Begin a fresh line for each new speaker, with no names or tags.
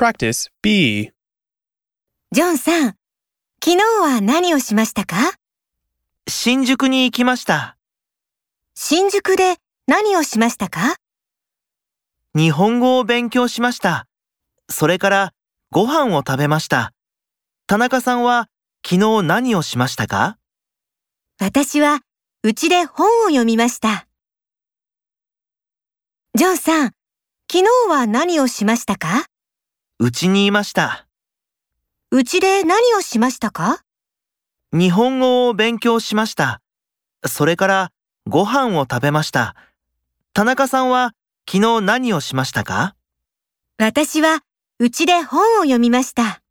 Practice B.
ジョンさん、昨日は何をしましたか
新宿に行きました。
新宿で何をしましたか
日本語を勉強しました。それからご飯を食べました。田中さんは昨日何をしましたか
私は、うちで本を読みました。ジョンさん、昨日は何をしましたか
うちにいました。
うちで何をしましたか
日本語を勉強しました。それからご飯を食べました。田中さんは昨日何をしましたか
私は、うちで本を読みました。